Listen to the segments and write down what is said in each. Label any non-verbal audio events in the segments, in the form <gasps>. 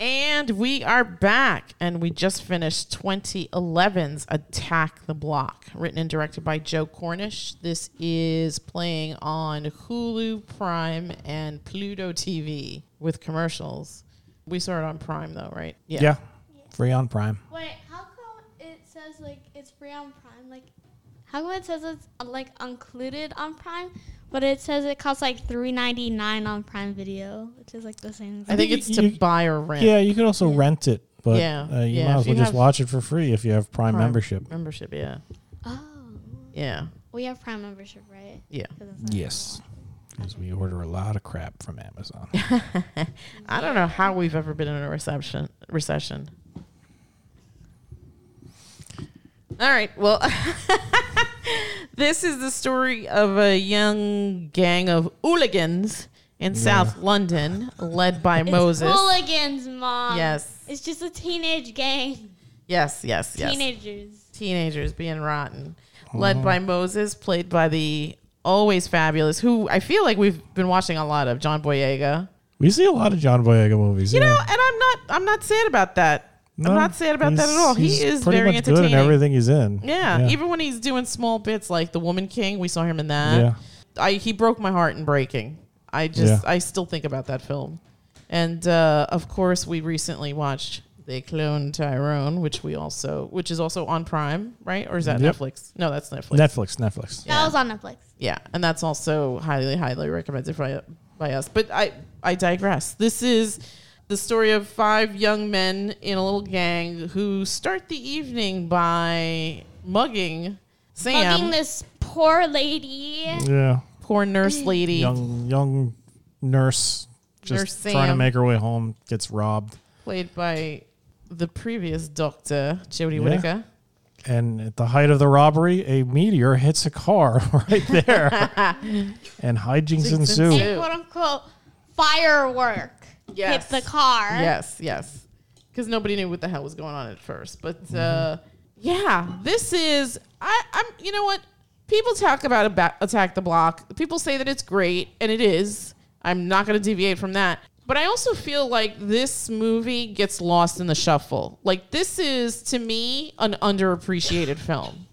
And we are back, and we just finished 2011's Attack the Block, written and directed by Joe Cornish. This is playing on Hulu, Prime, and Pluto TV with commercials. We saw it on Prime, though, right? Yeah. Free on Prime. Wait, how come it says like it's free on Prime? Like, how come it says it's uh, like included on Prime, but it says it costs like three ninety nine on Prime Video, which is like the same. I think it's to You- buy or rent. Yeah, you could also rent it, but Yeah, uh, you yeah, might if as well you just have watch it for free if you have Prime, Prime. membership. Membership, yeah. Oh, Yeah. we have Prime membership, right? Yeah. 'Cause it's not Yes. Because we order a lot of crap <laughs> from Amazon. I don't know how we've ever been in a reception recession. All right. Well, <laughs> this is the story of a young gang of hooligans in South London, led by Moses. It's hooligans, mom. Yes. It's just a teenage gang. Yes, yes, yes. Teenagers. Teenagers being rotten, led by Moses, played by the always fabulous, who I feel like we've been watching a lot of, John Boyega. we see a lot of John Boyega movies. You yeah. know, and I'm not I'm not sad about that. No, I'm not sad about that at he's- all. He he's is pretty very much entertaining. good in everything he's in. Yeah, even when he's doing small bits like The Woman King, we saw him in that. Yeah. I he broke my heart in Breaking. I just Yeah. I still think about that film. And uh, of course, we recently watched They Clone Tyrone, which we also which is also on Prime, right? Or is that Yep. Netflix? No, that's Netflix. Netflix, Netflix. Yeah. That was on Netflix. Yeah, and that's also highly, highly recommended by, by us. But I, I digress. This is the story of five young men in a little gang who start the evening by mugging Sam, Fucking this poor lady. Yeah. poor nurse lady. Young young nurse just Nurse trying to Sam. make her way home gets robbed. played by the previous doctor, Jodie Yeah. Whittaker. And at the height of the robbery, a meteor hits a car <laughs> right there. <laughs> and hijinks Jinx ensue. ensue. A quote unquote firework Yes. hit the car. Yes, yes. Because nobody knew what the hell was going on at first. But uh, yeah, this is I, I'm. You know what? People talk about Aba- attack the block. People say that it's great, and it is. I'm not going to deviate from that. But I also feel like this movie gets lost in the shuffle. Like this is to me an underappreciated film.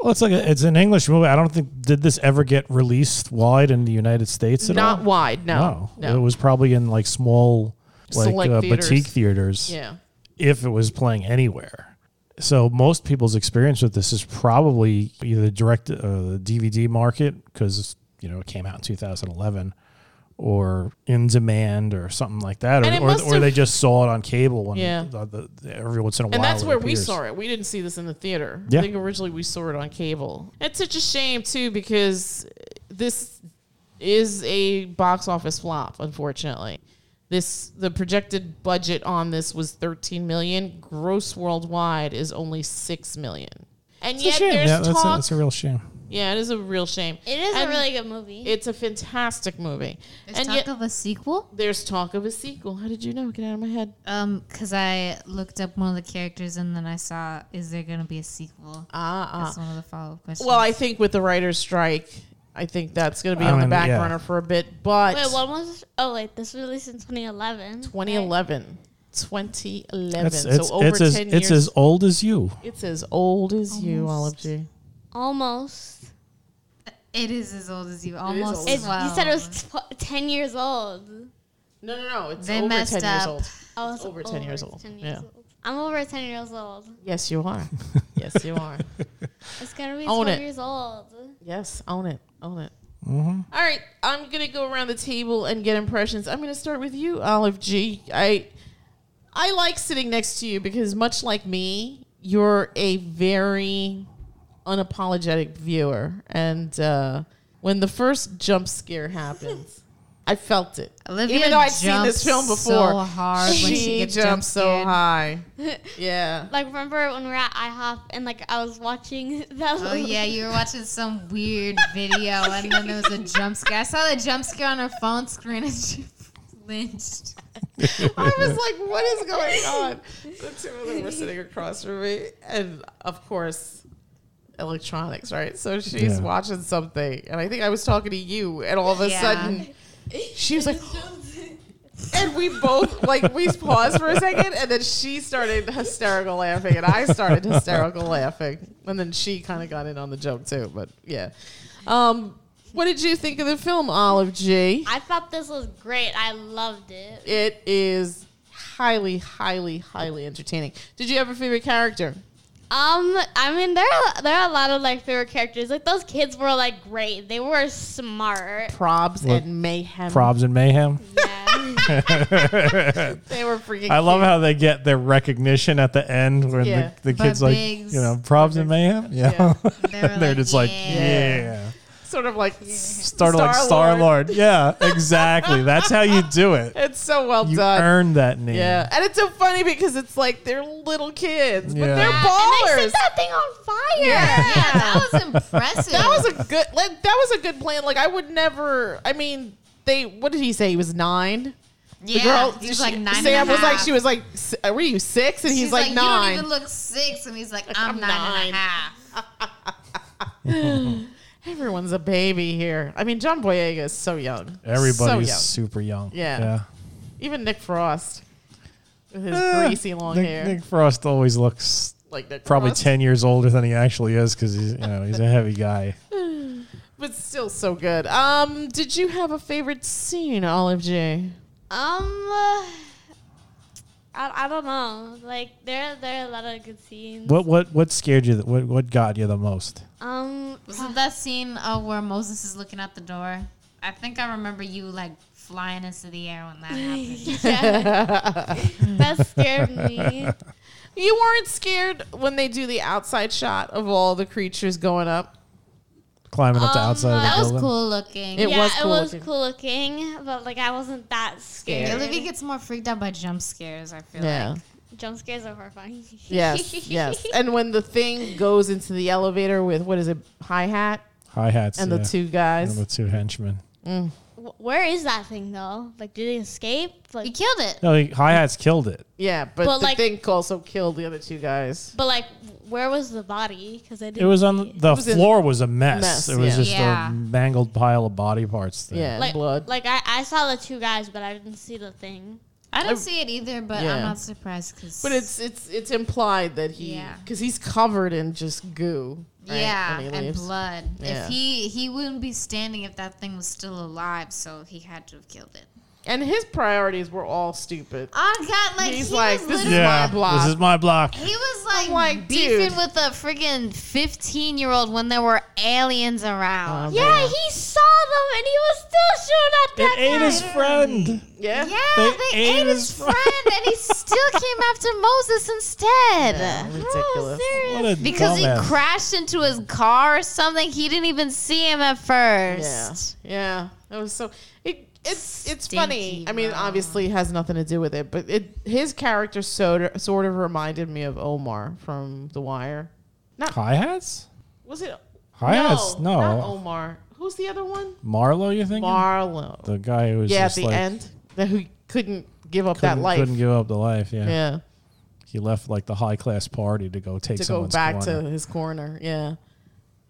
Well, it's like a, it's an English movie. I don't think did this ever get released wide in the United States at Not all. wide, no, no. it was probably in like small, like Select uh, theaters. boutique theaters. yeah. If it was playing anywhere, so most people's experience with this is probably either direct uh, the DVD market because you know it came out in 2011, or in demand or something like that, And it or or, must or they have- just saw it on cable when Yeah. the, the, every once in a while. And that's it where we appears. saw it. We didn't see this in the theater. Yeah. I think originally we saw it on cable. It's such a shame too because this is a box office flop, unfortunately. This the projected budget on this was 13 million. Gross worldwide is only 6 million. And It's a yet shame. there's Yeah, that's a, talk. that's a real shame. yeah, it is a real shame. It is And a really good movie. It's a fantastic movie. There's and talk yet of a sequel. there's talk of a sequel. How did you know? Get out of my head. Um, because I looked up one of the characters and then I saw, is there gonna be a sequel? Ah, ah. That's one of the follow up questions. Well, I think with the writer's strike, I think that's going to be I on the mean, back yeah. burner for a bit. But wait, when was this? Oh, wait, this was released in 2011. 2011. 2011. It's, so it's, over it's 10 as, years. it's as old as you. it's as old as you, Olive G. Almost. it is as old as you, almost. old. It's, as well. you said it was tw- 10 years old. No, no, no. It's They over 10 messed years up. old. I was It's over 10 years old. Yeah. old. I'm over 10 years old. Yes, you <laughs> are. yes, you are. It's gonna be Own 12 it. years old. Yes, own it. Own it. All right. I'm going to go around the table and get impressions. I'm going to start with you, Olive G. I I like sitting next to you because much like me, you're a very unapologetic viewer. And uh, when the first jump scare happens, I felt it. Olivia Even though I'd seen jumps this film so before, <laughs> hard when she gets jump jumps so scared. high. Yeah. Like remember when we were at IHOP and like I was watching <laughs> that. Oh yeah, you were watching some weird <laughs> video, and then there was a jump scare. I saw the jump scare on her phone screen, and <laughs> she flinched. I was like, what is going on? The two of them were sitting across from me. And of course, electronics, right? So she's Yeah. watching something. And I think I was talking to you. And all of a Yeah. sudden, she was like, <gasps> And we both like we paused for a second, and then she started hysterical laughing, and I started hysterical laughing, and then she kind of got in on the joke too. But yeah, um, what did you think of the film, Olive G? <laughs> I thought this was great. I loved it. It is highly, highly, highly entertaining. Did you have a favorite character? Um, I mean, there are, there are a lot of like favorite characters. Like those kids were like great. They were smart. Probs Look, and mayhem. Probs Mm-hmm. and <laughs> mayhem. <laughs> Yeah. <laughs> They were freaking. I love cute. how they get their recognition at the end when Yeah. the, the kids Bud like Biggs. you know probs and mayhem. Yeah, <laughs> They they're, were like, just like "Yeah." yeah, sort of like Star like Star Lord. Yeah, exactly. That's how you do it. It's so well You done. earned that name. Yeah, and it's so funny because it's like they're little kids, but Yeah. they're And they ballers. set that thing on fire. Yeah, that was impressive. that was a good. Like, that was a good plan. Like I would never. I mean, they. What did he say? He was nine. yeah, the girl. he was she- like nine. Sam and a was like half. she was like. "S- Were you six? And he's She's like, nine. You don't even look six, and he's like, I'm, I'm nine nine. and a half. Everyone's a baby here. I mean, John Boyega is so young. so everybody's young. super young. Yeah. Even Nick Frost with his Eh, greasy long Nick, hair, Nick Frost always looks like Nick probably Frost. ten years older than he actually is because he's you know he's a heavy guy. but still so good. Um, did you have a favorite scene, Olive J? Um, uh, I, I don't know. Like there there are a lot of good scenes. What what what scared you? the- What what got you the most? Um, Was it that scene uh, where Moses is looking out the door? I think I remember you like flying into the air when that <laughs> happened. yeah, that scared <laughs> me. <laughs> You weren't scared when they do the outside shot of all the creatures going up. Climbing up the Um, outside of the that was building. cool looking. It yeah, was cool it was looking. cool looking, but like I wasn't that scared. Scared. Olivia gets more freaked out by jump scares. I feel Yeah. like. Jump scares are horrifying. Yes. <laughs> yes. And when the thing goes into the elevator with what is it, hi hat, Hi hats and yeah. the two and the guys. two henchmen. Wh- Where is that thing though? Like, did it escape? You Like, killed it. No, like, hi hats killed it. Yeah, but, But, the like- thing also killed the other two guys. but like, where was the body? Because I didn't. It was on see the was in- floor was a mess. mess, it was yeah. just Yeah. a mangled pile of body parts. There. Yeah, like blood. Like I, I saw the two guys, but I didn't see the thing. I don't see it either, but Yeah. I'm not surprised because. but it's it's it's implied that he Yeah. because he's covered in just goo. right, yeah, when he and leaves. blood. Yeah. If he he wouldn't be standing if that thing was still alive, so he had to have killed it. And his priorities were all stupid. Oh God! Like He's he like, was this is literally- my block. This is my block. He was like, like, beefing dude. with a friggin' 15 year old when there were aliens around. Um, Yeah, Yeah. he saw them and he was still shooting It at that ate guy. his friend. Yeah. yeah, They they, ate ate, his his friend and he still came after Moses instead. Yeah, Oh, ridiculous. What a because dumbass. he crashed into his car or something. He didn't even see him at Yeah, first. yeah. It was so it it's it's Stinky funny. I mean, rock. obviously, it has nothing to do with it, but it his character sort of, sort of reminded me of Omar from The Wire. Not Hi hats. was it? Hi hats. No, not Omar. Who's the other one? Marlo. You think? Marlo. the guy who was yeah, at just the like, end, that who couldn't give up couldn't, that life. couldn't give up the life. Yeah. yeah, he left like the high class party to go take to go someone's back corner. to his corner. Yeah,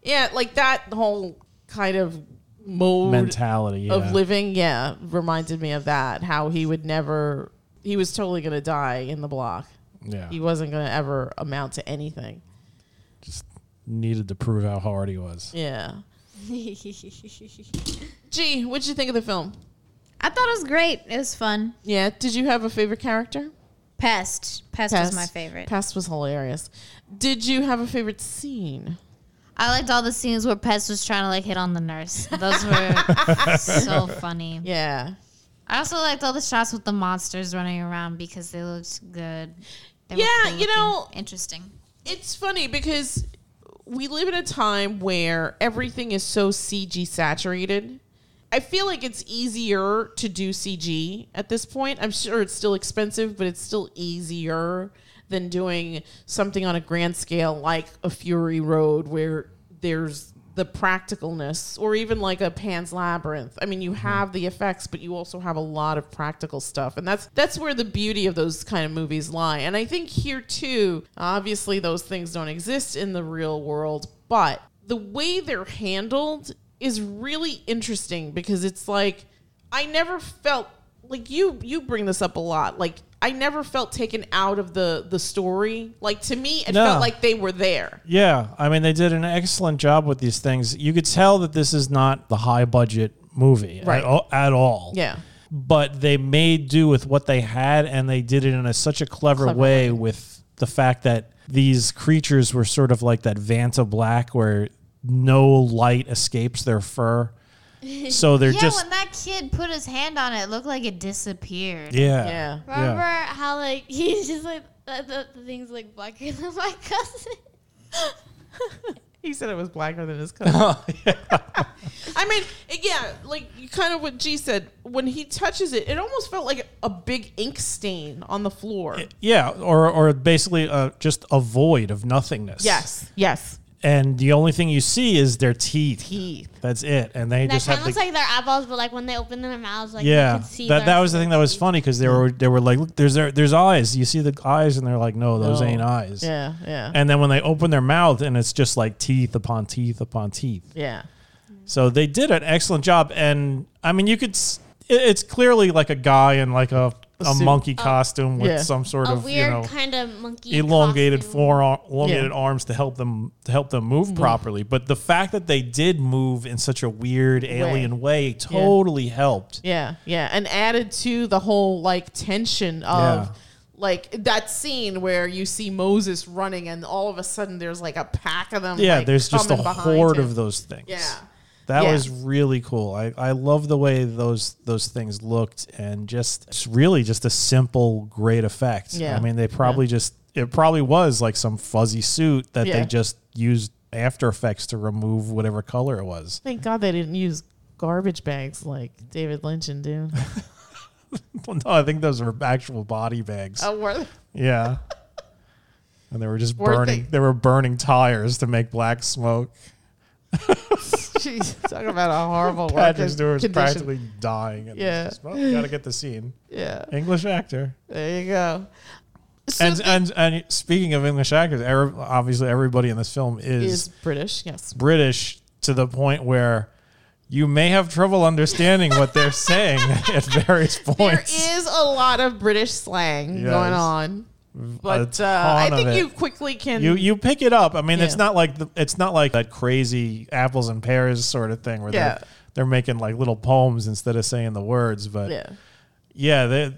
yeah, like that whole kind of mode mentality. Yeah. of living, yeah, reminded me of that. How he would never, he was totally going to die in the block. yeah, He wasn't going to ever amount to anything. just needed to prove how hard he was. Yeah. <laughs> Gee, what'd you think of the film? I thought it was great. It was fun. Yeah. Did you have a favorite character? Pest. Pest, Pest. was my favorite. Pest was hilarious. Did you have a favorite scene? I liked all the scenes where Pest was trying to like hit on the nurse. Those were so funny. Yeah. I also liked all the shots with the monsters running around because they looked good. They were Yeah, cool you know- interesting. It's funny because we live in a time where everything is so CG saturated. I feel like it's easier to do CG at this point. I'm sure it's still expensive, but it's still easier than doing something on a grand scale like a Fury Road where there's the practicalness or even like a Pan's Labyrinth. I mean, you have the effects, but you also have a lot of practical stuff. And that's that's where the beauty of those kind of movies lie. And I think here too, obviously those things don't exist in the real world, but the way they're handled is really interesting because it's like I never felt like you you bring this up a lot. Like I never felt taken out of the the story. Like to me, it No. felt like they were there. Yeah, I mean they did an excellent job with these things. You could tell that this is not the high budget movie Right. at, all, at all. Yeah. But they made do with what they had and they did it in a, such a clever, Clever way with the fact that these creatures were sort of like that Vanta Black where no light escapes their fur. So they're yeah, just when that kid put his hand on it, it looked like it disappeared. yeah. Yeah. Remember how like <laughs> he's just like the, the, the thing's like blacker <laughs> than my <laughs> cousin. He said it was blacker than his cousin. I mean, yeah, like you kind of what G said. When he touches it, it almost felt like a big ink stain on the floor. <laughs> Yeah, or or basically uh, just a void of nothingness. yes. Yes. and the only thing you see is their teeth. Teeth. That's it, and they That just kind have of the looks like their eyeballs, but like when they open their mouths, like you yeah. could see That their- that was the thing that was funny because they were they were like, look, there's their, there's eyes. You see the eyes, and they're like, no, those No. ain't eyes. Yeah. Yeah. And then when they open their mouth, and it's just like teeth upon teeth upon teeth. yeah. So they did an excellent job, and I mean, you could. s- it- It's clearly like a guy in like a A a, suit. monkey costume with Yeah. some sort a of you weird know kind of monkey elongated costume. Mm-hmm. forearm, elongated Yeah. arms to help them to help them move properly. But the fact that they did move in such a weird alien way totally helped. Yeah, yeah, and added to the whole like tension of Yeah. like that scene where you see Moses running, and all of a sudden there's like a pack of them. Yeah, like, there's just a coming behind horde him. of those things. Yeah. That Yeah. was really cool. I, I love the way those those things looked and just it's really just a simple great effect. Yeah. I mean they probably just it probably was like some fuzzy suit that Yeah. they just used after effects to remove whatever color it was. <laughs> Thank God they didn't use garbage bags like David Lynch and <laughs> Dune. no, I think those were actual body bags. oh, were they? <laughs> Yeah. And they were just Were burning. they- They? were burning tires to make black smoke. Jeez, talk about a horrible work Patrick Stewart was condition. practically dying. And Yeah. yeah, just, well, got to get the scene. Yeah, English actor. there you go. So and thi- and and speaking of English actors, er, obviously everybody in this film is, is British, yes. British to the point where you may have trouble understanding <laughs> what they're saying at various There points. is a lot of British slang Yes. going on, but uh, I ton of think it. you quickly can. You you pick it up. I mean, it's Yeah. not like the, it's not like that crazy apples and pears sort of thing where Yeah. they're they're making like little poems instead of saying the words. But yeah, yeah. they,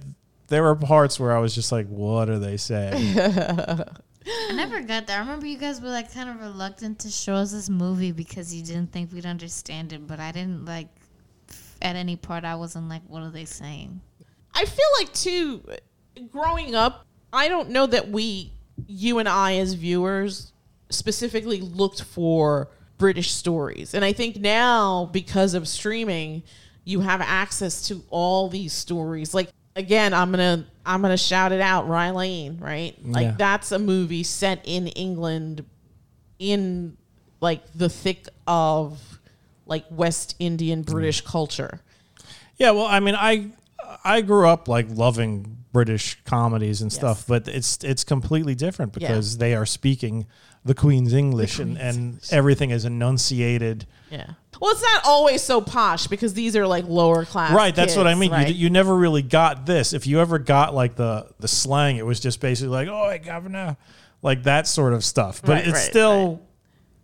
there were parts where I was just like, "What are they saying?" I never got there. I remember you guys were like kind of reluctant to show us this movie because you didn't think we'd understand it, but I didn't like at any part I wasn't like, what are they saying? I feel like too, growing up, I don't know that we, you and I as viewers, specifically looked for British stories, and I think now because of streaming, you have access to all these stories. Like again, I'm gonna I'm gonna shout it out, Rylane, right? Like Yeah. that's a movie set in England, in like the thick of like West Indian British culture. yeah, well, I mean, I I grew up like loving British comedies and stuff, but it's it's completely different because they are speaking the Queen's English and, and everything is enunciated. Yeah. Well, it's not always so posh because these are like lower class. right that's what i kids, mean right? you, you never really got this if you ever got like the the slang it was just basically like oh hey, governor like that sort of stuff but Right, it's right, still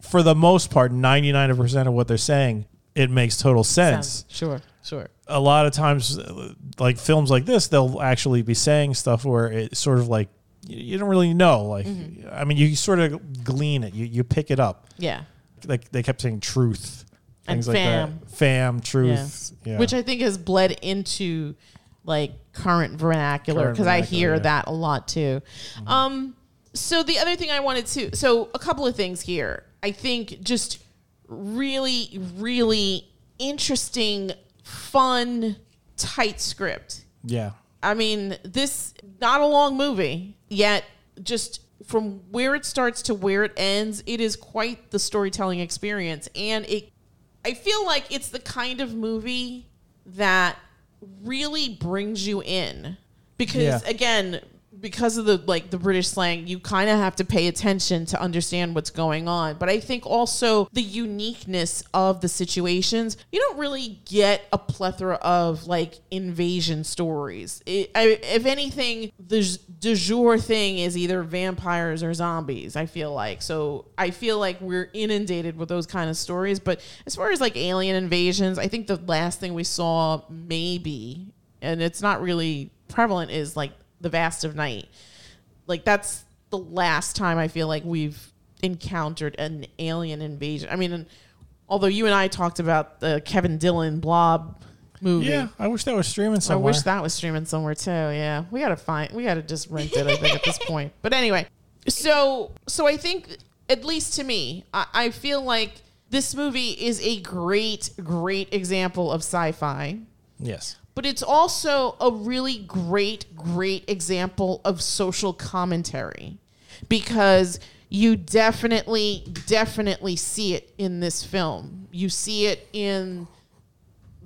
for the most part 99% of what they're saying it makes total sense Sounds- Sure, sure. a lot of times uh, like films like this they'll actually be saying stuff where it's sort of like you, you don't really know like Mm-hmm. i mean you sort of glean it you, you pick it up Yeah. like they kept saying truth And things like that fam truth yeah. Which I think has bled into like current vernacular Current because I hear vernacular, yeah. Mm-hmm. that a lot too. Um, so the other thing I wanted to, so a couple of things here. I think just really, really interesting, fun, tight script. yeah I mean, this not a long movie, yet just from where it starts to where it ends, it is quite the storytelling experience and it I feel like it's the kind of movie that really brings you in because Yeah. again, because of the like the British slang, you kind of have to pay attention to understand what's going on. But I think also the uniqueness of the situations, you don't really get a plethora of like invasion stories. It, I, if anything, the j- du jour thing is either vampires or zombies. I feel like so. I feel like we're inundated with those kind of stories. But as far as like alien invasions, I think the last thing we saw maybe and it's not really prevalent is like the vast of night like that's the last time i feel like we've encountered an alien invasion i mean and- although you and i talked about the kevin dillon blob movie Yeah, I wish that was streaming somewhere. I wish that was streaming somewhere too. Yeah, we gotta find. We gotta just rent it. I think at this <laughs> point. But anyway, so so I think at least to me, I, I feel like this movie is a great great example of sci-fi Yes. but it's also a really great, great example of social commentary because you definitely, definitely see it in this film. You see it in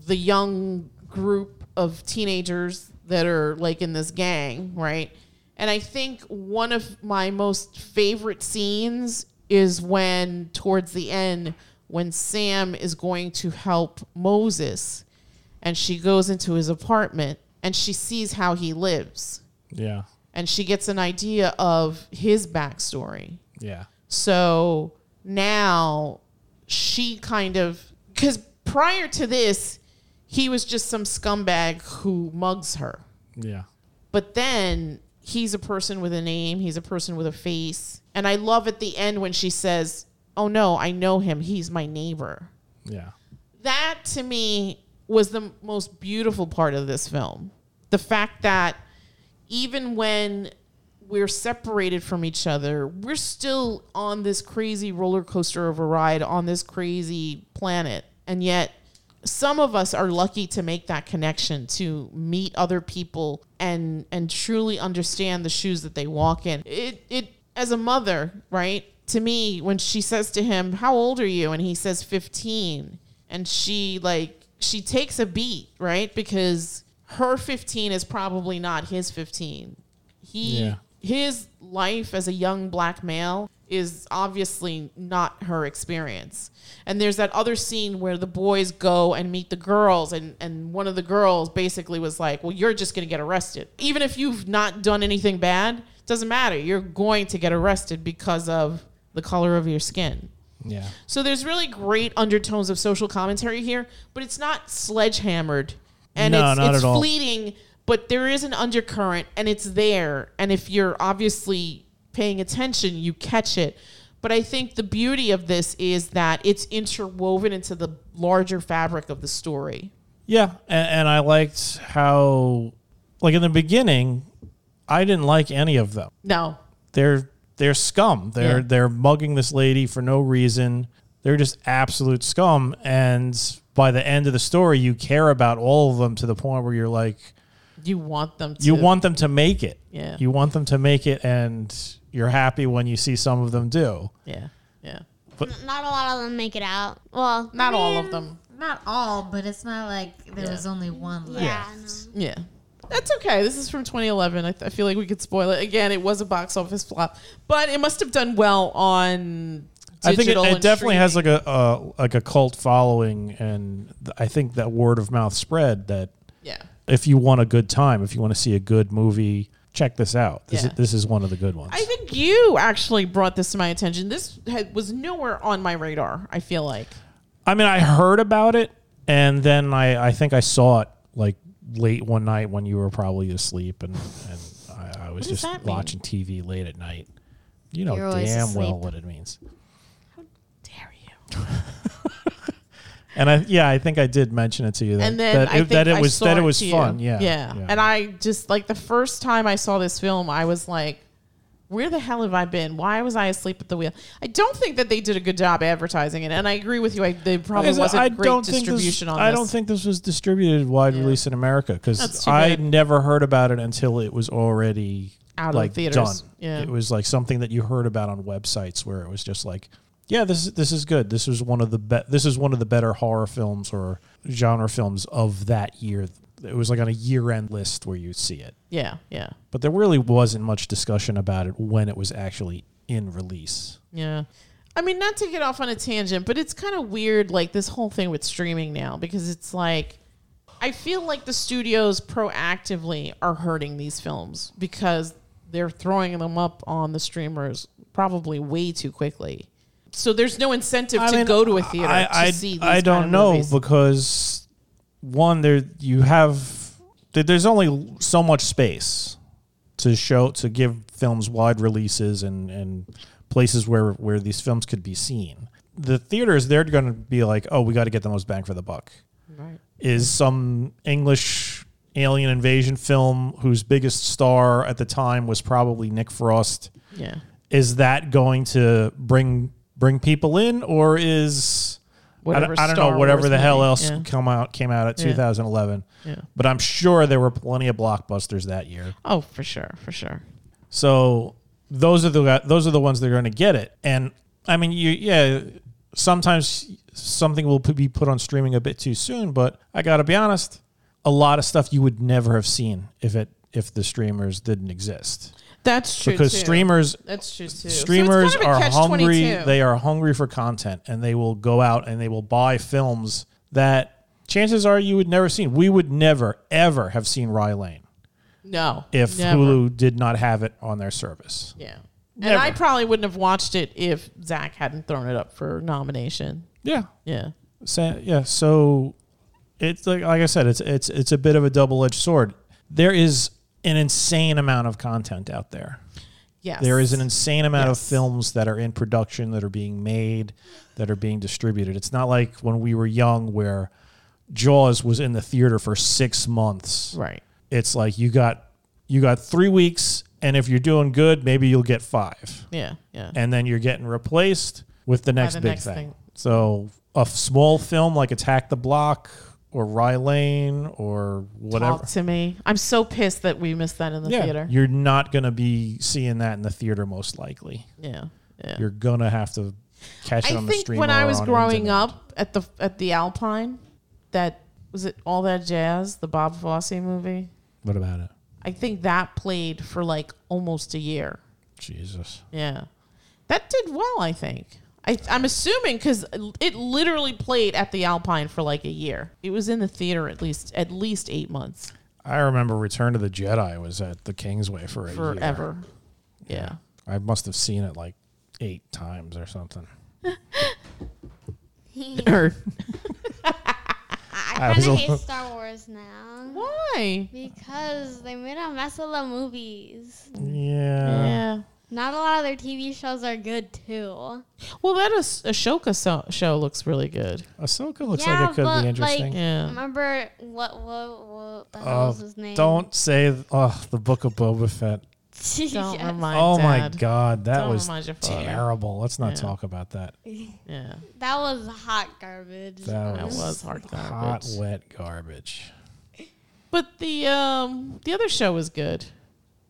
the young group of teenagers that are like in this gang, right? And I think one of my most favorite scenes is when, towards the end, when Sam is going to help Moses and she goes into his apartment and she sees how he lives Yeah. and she gets an idea of his backstory. Yeah. So now she kind of because prior to this, he was just some scumbag who mugs her. Yeah. But then he's a person with a name, he's a person with a face. And I love at the end when she says, Oh no, I know him. He's my neighbor Yeah. that to me was the most beautiful part of this film. The fact that even when we're separated from each other, we're still on this crazy roller coaster of a ride on this crazy planet. And yet, some of us are lucky to make that connection to meet other people and and truly understand the shoes that they walk in. It it as a mother, right? To me, when she says to him, "How old are you?" and he says 15, and she like she takes a beat, right? Because her 15 is probably not his 15. He Yeah. his life as a young black male is obviously not her experience. And there's that other scene where the boys go and meet the girls and and one of the girls basically was like, "Well, you're just going to get arrested. Even if you've not done anything bad, doesn't matter. You're going to get arrested because of the color of your skin." Yeah. So there's really great undertones of social commentary here, but it's not sledgehammered and No, it's, not it's at all. fleeting, but there is an undercurrent and it's there. And if you're obviously paying attention, you catch it. But I think the beauty of this is that it's interwoven into the larger fabric of the story. Yeah, and, and I liked how, like in the beginning, I didn't like any of them. No, They're they're scum. They're Yeah. they're mugging this lady for no reason. They're just absolute scum. And by the end of the story, you care about all of them to the point where you're like, you want them to. you want them to make it. Yeah. You want them to make it, and you're happy when you see some of them do. Yeah, yeah. N- not a lot of them make it out. Well, Not all of mean- them. Not all, but it's not like there Yeah. was only one left. yeah. Yeah. no. Yeah. That's okay. This is from 2011. I, th- I feel like we could spoil it. Again, it was a box office flop, but it must have done well on I think it, digital it and definitely has streaming. like a uh, like a cult following, and th- I think that word of mouth spread that Yeah. if you want a good time, if you want to see a good movie, check this out. This, Yeah. is, this is one of the good ones. I think you actually brought this to my attention. This had, was nowhere on my radar, I feel like. I mean, I heard about it, and then I, I think I saw it like late one night when you were probably asleep, and, and I, I was does just that mean? watching TV late at night. You know You're always damn well asleep. what it means. Dare you. And I yeah, I think I did mention it to you that and then that, I think it, that it I was saw that it was to you. fun. Yeah, yeah, And I just like the first time I saw this film, I was like, "Where the hell have I been? Why was I asleep at the wheel?" I don't think that they did a good job advertising it, and I agree with you. I, they probably Because wasn't I great don't think distribution this, on I this. don't think this was distributed wide Yeah. release in America That's because too I bad. never heard about it until it was already Out of like theaters. done. Yeah. It was like something that you heard about on websites where it was just like, yeah, this is this is good. This is one of the be- this is one of the better horror films or genre films of that year it was like on a year end list where you'd see it. Yeah, yeah, But there really wasn't much discussion about it when it was actually in release. yeah. I mean, not to get off on a tangent, but it's kind of weird, like this whole thing with streaming now, because it's like, I feel like the studios proactively are hurting these films because they're throwing them up on the streamers probably way too quickly. So there's no incentive to go to a theater I, to I- see these I kind don't of know movies. because one, there you have there- there's only so much space to show to give films wide releases and and places where where these films could be seen. The theaters they're going to be like, oh, we got to get the most bang for the buck. Right. Is some English alien invasion film whose biggest star at the time was probably Nick Frost Yeah. is that going to bring bring people in or is I don't, I don't know Star whatever Wars the hell movie. else Yeah. come out came out at Yeah. 2011 Yeah. but I'm sure there were plenty of blockbusters that year Oh, for sure, for sure. so those are the those are the ones that are going to get it and I mean you yeah sometimes something will p- be put on streaming a bit too soon but I got to be honest a lot of stuff you would never have seen if it if the streamers didn't exist That's true. because too. streamers That's true too. streamers so it's kind of a are catch hungry 22. they are hungry for content and they will go out and they will buy films that chances are you would never seen we would never ever have seen Rye Lane no. if never. Hulu did not have it on their service Yeah. Never. And I probably wouldn't have watched it if Zach hadn't thrown it up for nomination. yeah Yeah. so, yeah so it's like like I said it's it's it's a bit of a double edged sword there is an insane amount of content out there Yes. There is an insane amount of Yes. films that are in production, that are being made, that are being distributed. It's not like when we were young where Jaws was in the theater for six months. right. It's like you got you got three weeks, and if you're doing good, maybe you'll get five. Yeah. Yeah. And then you're getting replaced with the next the big next thing. thing. So a f- small film like Attack the Block or Rye Lane or whatever. Talk to me. I'm so pissed that we missed that in the yeah, theater. you're not going to be seeing that in the theater most likely Yeah. Yeah. you're gonna have to catch it I on the think stream. when I or was on growing internet. up at the at the Alpine, that was it all that jazz, the Bob Fosse movie. What about it? I think that played for like almost a year. Jesus. Yeah. That did well, I think. I, I'm assuming because it literally played at the Alpine for like a year. It was in the theater at least at least eight months I remember Return to the Jedi was at the Kingsway for a year. forever. Yeah. I must have seen it like eight times or something. Or I I was kind of a- <laughs> hate Star Wars now why? because they made a mess of the movies. Yeah. Yeah. Not a lot of their TV shows are good too. Well, that As- Ashoka so- show looks really good. Ahsoka looks Yeah, like it could but, be interesting. like, Yeah. Remember what what what the Oh, hell was his name? Don't say oh the Book of Boba Fett. Don't <laughs> Yes. remind. oh my Dad. God, that Don't was remind your father. terrible. Let's not Yeah. talk about that. Yeah. <laughs> That was hot garbage. That That was was hard Hot garbage. wet garbage. But the um the other show was good.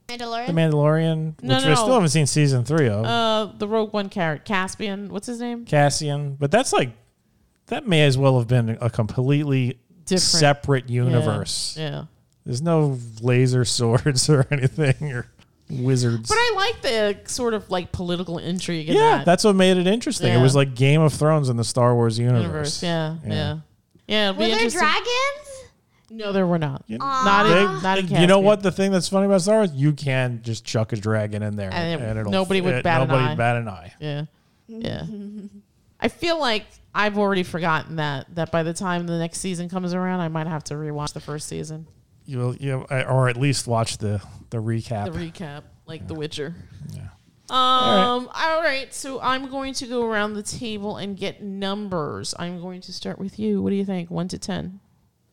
Mandalorian. The Mandalorian, No, which no, I still no. haven't seen season three of. Uh, the Rogue One character Caspian. What's his name? Cassian, but that's like that may as well have been a completely Different. separate universe. Yeah. There's no laser <laughs> swords or anything or wizards. But I like the uh, sort of like political intrigue. In yeah, that. that's what made it interesting. It Yeah. was like Game of Thrones in the Star Wars universe. universe. Yeah, Yeah. yeah, yeah. it'll Were be there interesting. dragons? no, there were not. You- Not in, they- not in. you know Caspian. what? The thing that's funny about Star Wars, you can just chuck a dragon in there, And and, it- it'll nobody would it- bat an nobody eye. bat an eye. Yeah, yeah. I feel like I've already forgotten that. That by the time the next season comes around, I might have to rewatch the first season, You'll, you or at least watch the the recap. the recap, like The Witcher. Yeah. All Um. all right. So I'm going to go around the table and get numbers. I'm going to start with you. What do you think? One to ten.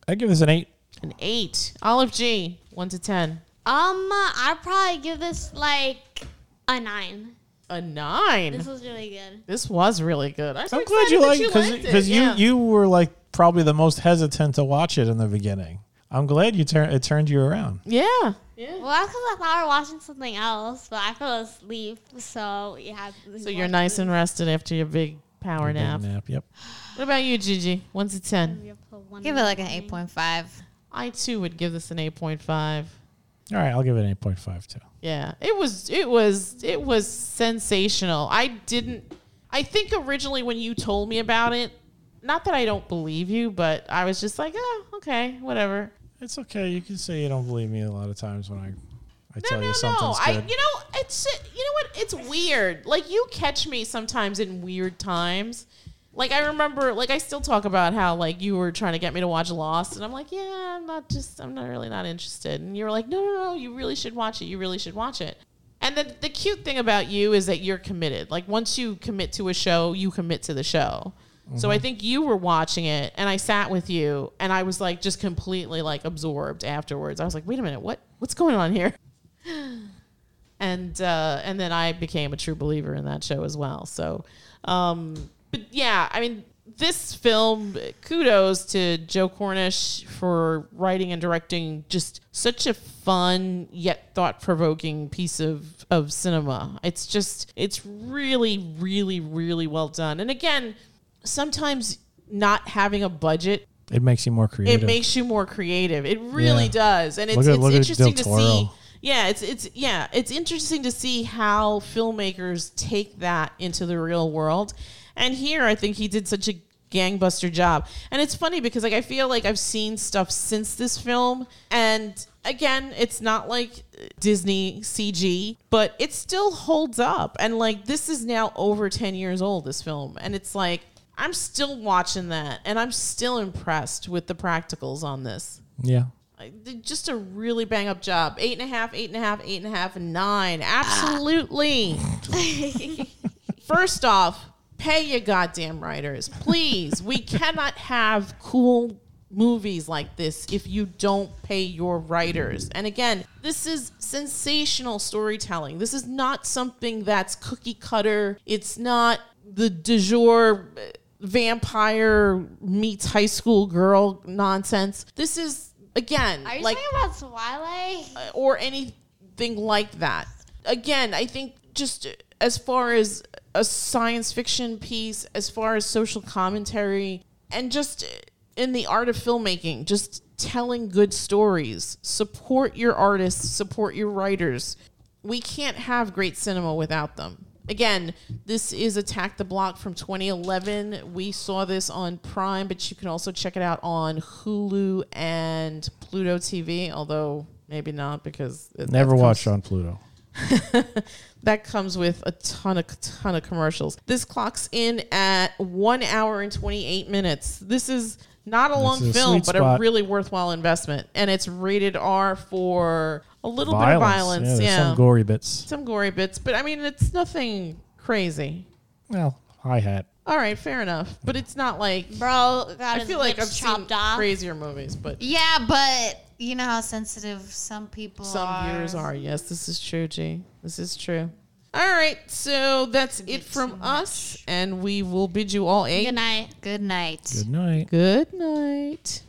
I give this an eight. An eight. Olive G. One to ten. Um, I'd probably give this like a nine. A nine. This was really good. This was really good. I'm, so I'm glad you like liked you because liked it. because you Yeah. you were like probably the most hesitant to watch it in the beginning. I'm glad you turned it turned you around. yeah. Well, that's because I thought we were watching something else, but I fell asleep. So yeah. So you're nice and rested after your big power nap. Nap, Yep. What about you, Gigi? One to ten. Give it like an 8.5. I too would give this an 8.5. All right, I'll give it an 8.5 too. Yeah, it was it was it was sensational. I didn't I think originally when you told me about it, not that I don't believe you, but I was just like, "Oh, okay, whatever." It's okay. You can say you don't believe me a lot of times when I, I No, tell no, you no. something's I you good. know, it's you know what? It's weird. Like you catch me sometimes in weird times. Like I remember like I still talk about how like you were trying to get me to watch Lost and I'm like, "Yeah, I'm not just I'm not really not interested." And you were like, "No, no, no, you really should watch it. You really should watch it." And the the cute thing about you is that you're committed. Like once you commit to a show, you commit to the show. So Mm-hmm. I think you were watching it and I sat with you and I was like just completely like absorbed afterwards. I was like, "Wait a minute, what what's going on here?" and uh, and then I became a true believer in that show as well. So, um, but yeah, I mean, this film, kudos to Joe Cornish for writing and directing just such a fun yet thought provoking piece of of cinema. It's just it's really, really, really well done. And again, sometimes not having a budget. It makes you more creative. It makes you more creative. It really Yeah. does, and it's, Look at- it's look at interesting to Del see. Toro. Yeah, it's it's yeah, it's interesting to see how filmmakers take that into the real world. And here, I think he did such a gangbuster job. And it's funny because like I feel like I've seen stuff since this film, and again, it's not like Disney CG, but it still holds up. And like this is now over ten years old. This film, and it's like. I'm still watching that, and I'm still impressed with the practicals on this. yeah. I did just a really bang up job. Eight and a half, eight and a half, eight and a half, and nine. Absolutely. Ah. First off, pay your goddamn writers, please. <laughs> We cannot have cool movies like this if you don't pay your writers. And again, this is sensational storytelling. This is not something that's cookie cutter. It's not the du jour uh, vampire meets high school girl nonsense. This is again <laughs> Are you like talking about Twilight? uh, or anything like that. Again, I think just as far as a science fiction piece, as far as social commentary, and just in the art of filmmaking, just telling good stories. Support your artists, support your writers. We can't have great cinema without them. Again, this is Attack the Block from 2011. We saw this on Prime, but you can also check it out on Hulu and Pluto TV, although maybe not because it, Never that watched comes, on Pluto. that comes with a ton of ton of commercials. This clocks in at 1 hour and 28 minutes. This is not a long is a film, sweet but spot. a really worthwhile investment and it's rated R for a little bit of violence, there's yeah. Some gory bits. some gory bits, but I mean it's nothing crazy. Well, hi hat. All right, fair enough. But it's not like Bro got I his feel like I've lips seen chopped off. crazier movies, but Yeah, but you know how sensitive some people some are. viewers are. Yes, this is true, G. This is true. All right, so that's it from us, and we will bid you all a Good night. Good night. Good night. good night.